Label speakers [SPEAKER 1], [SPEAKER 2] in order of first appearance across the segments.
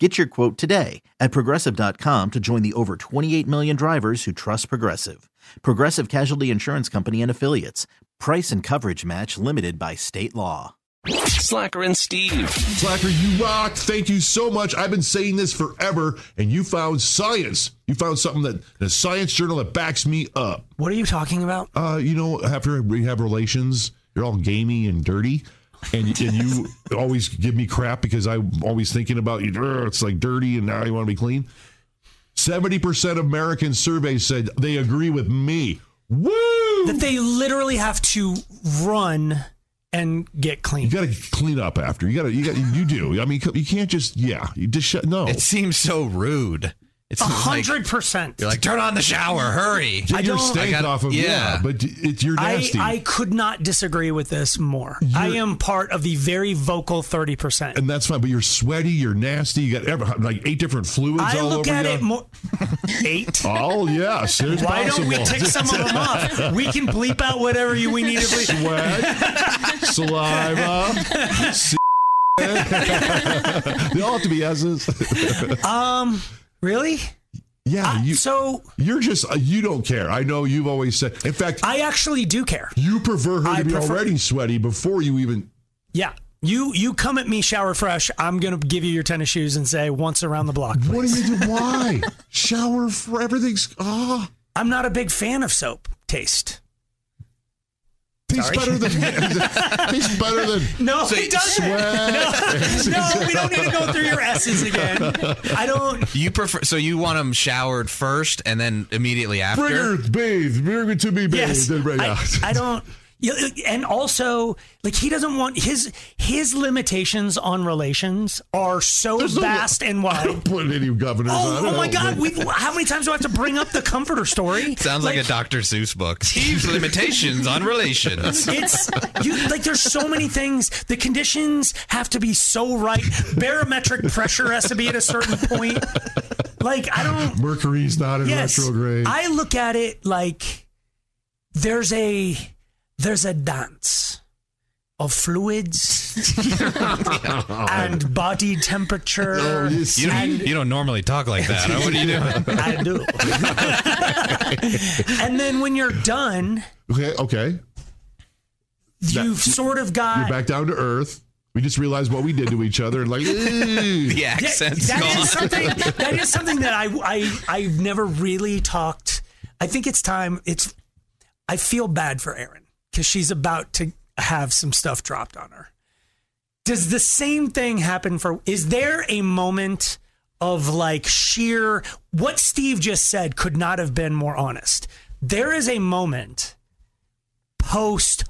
[SPEAKER 1] Get your quote today at progressive.com to join the over 28 million drivers who trust Progressive. Progressive Casualty Insurance Company and Affiliates. Price and coverage match limited by state law.
[SPEAKER 2] Slacker and Steve.
[SPEAKER 3] Slacker, you rock. Thank you so much. I've been saying this forever, and you found science. You found something that in a science journal that backs me up.
[SPEAKER 4] What are you talking about?
[SPEAKER 3] Uh, you know, after we have relations, you're all gamey and dirty. And, and you always give me crap because I'm always thinking about you. "Ugh, It's like dirty, and now you want to be clean. 70% of American surveys said they agree with me. Woo!
[SPEAKER 4] That they literally have to run and get
[SPEAKER 3] You
[SPEAKER 4] clean.
[SPEAKER 3] got to clean up after. You got to, you got, you do. I mean, you can't just, yeah, you just shut, no.
[SPEAKER 5] It seems so rude. It's
[SPEAKER 4] Oh. A
[SPEAKER 5] like,
[SPEAKER 4] hundred percent.
[SPEAKER 5] you're like, turn on the shower, hurry.
[SPEAKER 3] Get
[SPEAKER 4] I
[SPEAKER 3] your
[SPEAKER 4] don't-
[SPEAKER 3] stank
[SPEAKER 5] I gotta-
[SPEAKER 3] off of yeah,
[SPEAKER 5] yeah.
[SPEAKER 3] but it's you're
[SPEAKER 4] I,
[SPEAKER 3] nasty.
[SPEAKER 4] I could not disagree with this more. I am part of the very vocal 30%.
[SPEAKER 3] and that's fine, but you're sweaty, you're nasty, you got ever, like eight different fluids
[SPEAKER 4] I
[SPEAKER 3] all
[SPEAKER 4] look
[SPEAKER 3] over
[SPEAKER 4] at
[SPEAKER 3] you.
[SPEAKER 4] it more. Eight?
[SPEAKER 3] oh yes, there's
[SPEAKER 4] Why
[SPEAKER 3] possible.
[SPEAKER 4] don't we take some of them off? We can bleep out whatever you, we need to bleep.
[SPEAKER 3] sweat, saliva? s- they all have to be S's.
[SPEAKER 4] Um, really?
[SPEAKER 3] yeah,
[SPEAKER 4] I-
[SPEAKER 3] you
[SPEAKER 4] so
[SPEAKER 3] you're just uh, you don't care. I know you've always said. In fact,
[SPEAKER 4] I actually do care.
[SPEAKER 3] you prefer her
[SPEAKER 4] I
[SPEAKER 3] to be
[SPEAKER 4] prefer-
[SPEAKER 3] already sweaty before you even.
[SPEAKER 4] Yeah. You you come at me shower fresh. I'm gonna give you your tennis shoes and say once around the block.
[SPEAKER 3] What do you do? Why shower for everything's ah.
[SPEAKER 4] I'm not a big fan of soap taste.
[SPEAKER 3] Tastes better than tastes better than
[SPEAKER 4] No,
[SPEAKER 5] So
[SPEAKER 4] it
[SPEAKER 5] you
[SPEAKER 4] doesn't. No, we don't need to go through your S's again. I don't.
[SPEAKER 5] You prefer so you want them showered first and then immediately after.
[SPEAKER 3] Bring her, bathe. Bring her to me, bathe.
[SPEAKER 4] Yes,
[SPEAKER 3] Then bring
[SPEAKER 4] I,
[SPEAKER 3] out.
[SPEAKER 4] I don't. you- And also, like he doesn't want his his limitations on relations are so
[SPEAKER 3] There's no-
[SPEAKER 4] vast and wide.
[SPEAKER 3] Don't put any governors
[SPEAKER 4] Oh,
[SPEAKER 3] on.
[SPEAKER 4] oh
[SPEAKER 3] I
[SPEAKER 4] my
[SPEAKER 3] don't
[SPEAKER 4] God!
[SPEAKER 3] think-
[SPEAKER 4] We, how many times do I have to bring up the comforter story?
[SPEAKER 5] Sounds like, a Dr. Seuss book. Steve's limitations on relations.
[SPEAKER 4] It's you like there's so many things. The conditions have to be so right. Barometric pressure has to be at a certain point. Like I don't.
[SPEAKER 3] Mercury's not in
[SPEAKER 4] yes,
[SPEAKER 3] retrograde.
[SPEAKER 4] I look at it like there's a there's a dance of fluids and body temperature.
[SPEAKER 3] Oh, yes.
[SPEAKER 5] You don't, you don't normally talk like that. huh? What are you doing?
[SPEAKER 4] I do. and then when you're done,
[SPEAKER 3] okay, okay.
[SPEAKER 4] you've sort of
[SPEAKER 3] You're
[SPEAKER 4] got
[SPEAKER 3] back down to earth. We just realized what we did to each other, and like, ew.
[SPEAKER 5] The
[SPEAKER 4] Yeah,
[SPEAKER 5] accent's
[SPEAKER 4] that is
[SPEAKER 5] gone.
[SPEAKER 4] something that is something that I I I've never really talked. I think it's time. It's I feel bad for Erin because she's about to have some stuff dropped on her. Does the same thing happen for? Is there a moment of like sheer what Steve just said could not have been more honest? There is a moment post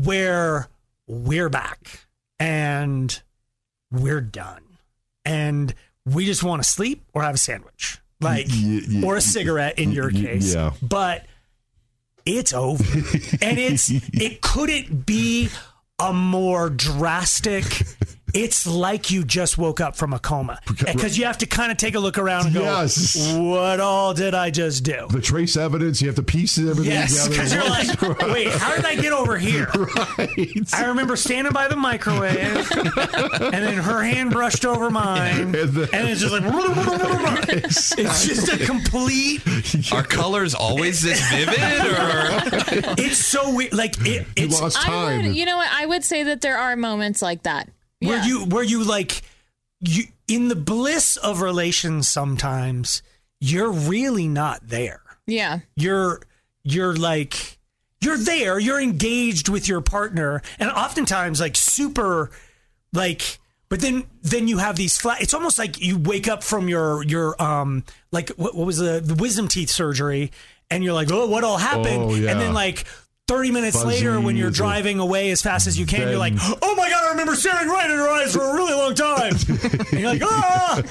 [SPEAKER 4] where we're back and we're done and we just want to sleep or have a sandwich like
[SPEAKER 3] yeah,
[SPEAKER 4] or a cigarette in your
[SPEAKER 3] y-
[SPEAKER 4] case
[SPEAKER 3] yeah.
[SPEAKER 4] but it's over and it's it couldn't be a more drastic it's like you just woke up from a coma because you have to kind of take a look around and go
[SPEAKER 3] Yes.
[SPEAKER 4] what all did i just do
[SPEAKER 3] the trace evidence. You have to piece everything
[SPEAKER 4] yes
[SPEAKER 3] together.
[SPEAKER 4] because you're like wait how did i get over here i remember standing by the microwave and then her hand brushed over mine
[SPEAKER 3] And then-
[SPEAKER 4] and it's just like it's just a complete
[SPEAKER 5] Are colors always this vivid or
[SPEAKER 4] it's so weird like it,
[SPEAKER 3] you
[SPEAKER 4] it's
[SPEAKER 3] lost
[SPEAKER 6] I
[SPEAKER 3] time.
[SPEAKER 6] would, you know what? I would say that there are moments like that.
[SPEAKER 4] where
[SPEAKER 6] Yeah.
[SPEAKER 4] you where you like you in the bliss of relations sometimes you're really not there
[SPEAKER 6] Yeah.
[SPEAKER 4] you're you're like you're there you're engaged with your partner and oftentimes like super like but then then you have these flat it's almost like you wake up from your your um like what, what was the, the wisdom teeth surgery and you're like oh what all happened
[SPEAKER 3] Oh, yeah.
[SPEAKER 4] and then like 30 minutes later when you're
[SPEAKER 3] Fuzzies.
[SPEAKER 4] driving away as fast as you can you're like
[SPEAKER 3] Then-
[SPEAKER 4] oh my god i remember staring right in her eyes for a really long time and you're like ah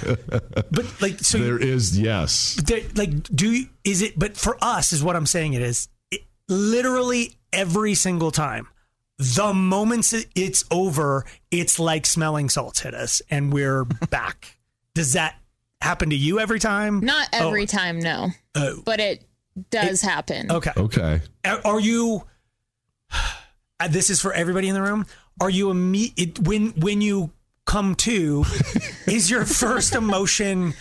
[SPEAKER 4] but like so
[SPEAKER 3] there is yes.
[SPEAKER 4] there, like do you, is it but for us is what i'm saying it is it, literally every single time. The moment it's over, it's like smelling salts hit us and we're back. Does that happen to you every time?
[SPEAKER 6] Not
[SPEAKER 4] Oh.
[SPEAKER 6] every time, no,
[SPEAKER 4] Oh,
[SPEAKER 6] but it does happen.
[SPEAKER 4] okay.
[SPEAKER 3] Okay.
[SPEAKER 4] Are are you? uh, This is for everybody in the room. Are you imme- it, when when you come to? is your first emotion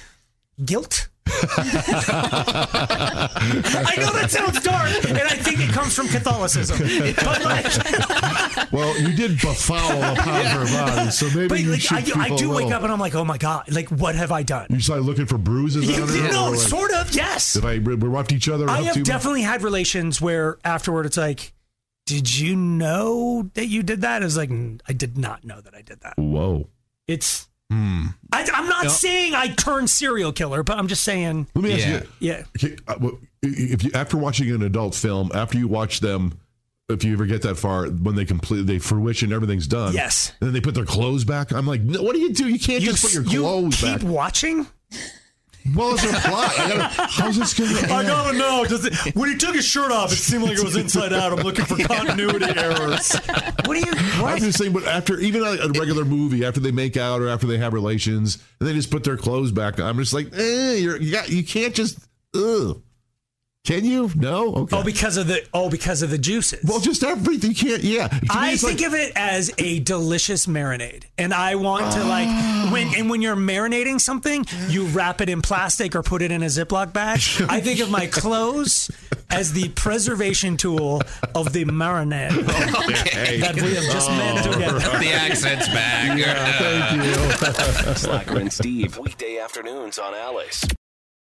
[SPEAKER 4] guilt? I know that sounds dark, and I think it comes from Catholicism. But like,
[SPEAKER 3] Well, you did befoul upon her body, so maybe
[SPEAKER 4] but
[SPEAKER 3] you
[SPEAKER 4] like
[SPEAKER 3] should
[SPEAKER 4] I, do-
[SPEAKER 3] keep
[SPEAKER 4] I
[SPEAKER 3] a
[SPEAKER 4] do wake
[SPEAKER 3] little-
[SPEAKER 4] up and I'm like, oh my god, like what have I done?
[SPEAKER 3] You started looking for bruises on her. or
[SPEAKER 4] no,
[SPEAKER 3] like,
[SPEAKER 4] sort of. Yes,
[SPEAKER 3] Did I we roughed each other?
[SPEAKER 4] I
[SPEAKER 3] up too
[SPEAKER 4] have
[SPEAKER 3] much?
[SPEAKER 4] definitely had relations where afterward it's like, did you know that you did that? It's like, "Mm, I did not know that I did that.
[SPEAKER 3] Whoa.
[SPEAKER 4] It's. I, I'm not saying I turned serial killer, but I'm just saying,
[SPEAKER 3] Let me ask
[SPEAKER 5] Yeah.
[SPEAKER 3] you.
[SPEAKER 4] yeah.
[SPEAKER 3] Okay, uh, well, if you after watching an adult film, after you watch them, if you ever get that far, when they complete, they fruition, everything's done.
[SPEAKER 4] Yes.
[SPEAKER 3] And then they put their clothes back. I'm like, no, what do you do? You can't
[SPEAKER 4] You,
[SPEAKER 3] just put your
[SPEAKER 4] you
[SPEAKER 3] clothes
[SPEAKER 4] keep
[SPEAKER 3] back.
[SPEAKER 4] watching?
[SPEAKER 3] Well, it's a plot. I gotta, how's this gonna? end?
[SPEAKER 4] don't know. Does it, when he took his shirt off, it seemed like it was inside out. I'm looking for continuity errors. What do you?
[SPEAKER 3] I'm
[SPEAKER 4] What?
[SPEAKER 3] just saying, but after even a, a regular movie, after they make out or after they have relations, and they just put their clothes back, on, I'm just like, eh, you're, you got, you can't just, ugh. Can you? No. Okay.
[SPEAKER 4] Oh, because of the oh, because of the juices.
[SPEAKER 3] well, just everything. You can't. Yeah. To me,
[SPEAKER 4] I
[SPEAKER 3] it's
[SPEAKER 4] think
[SPEAKER 3] like,
[SPEAKER 4] of it as a delicious marinade, and I want to like when and when you're marinating something, you wrap it in plastic or put it in a Ziploc bag. I think of my clothes as the preservation tool of the marinade
[SPEAKER 3] Oh,
[SPEAKER 4] that we have just made together.
[SPEAKER 5] The accent's back.
[SPEAKER 2] Slacker and Steve. Weekday afternoons on Alice.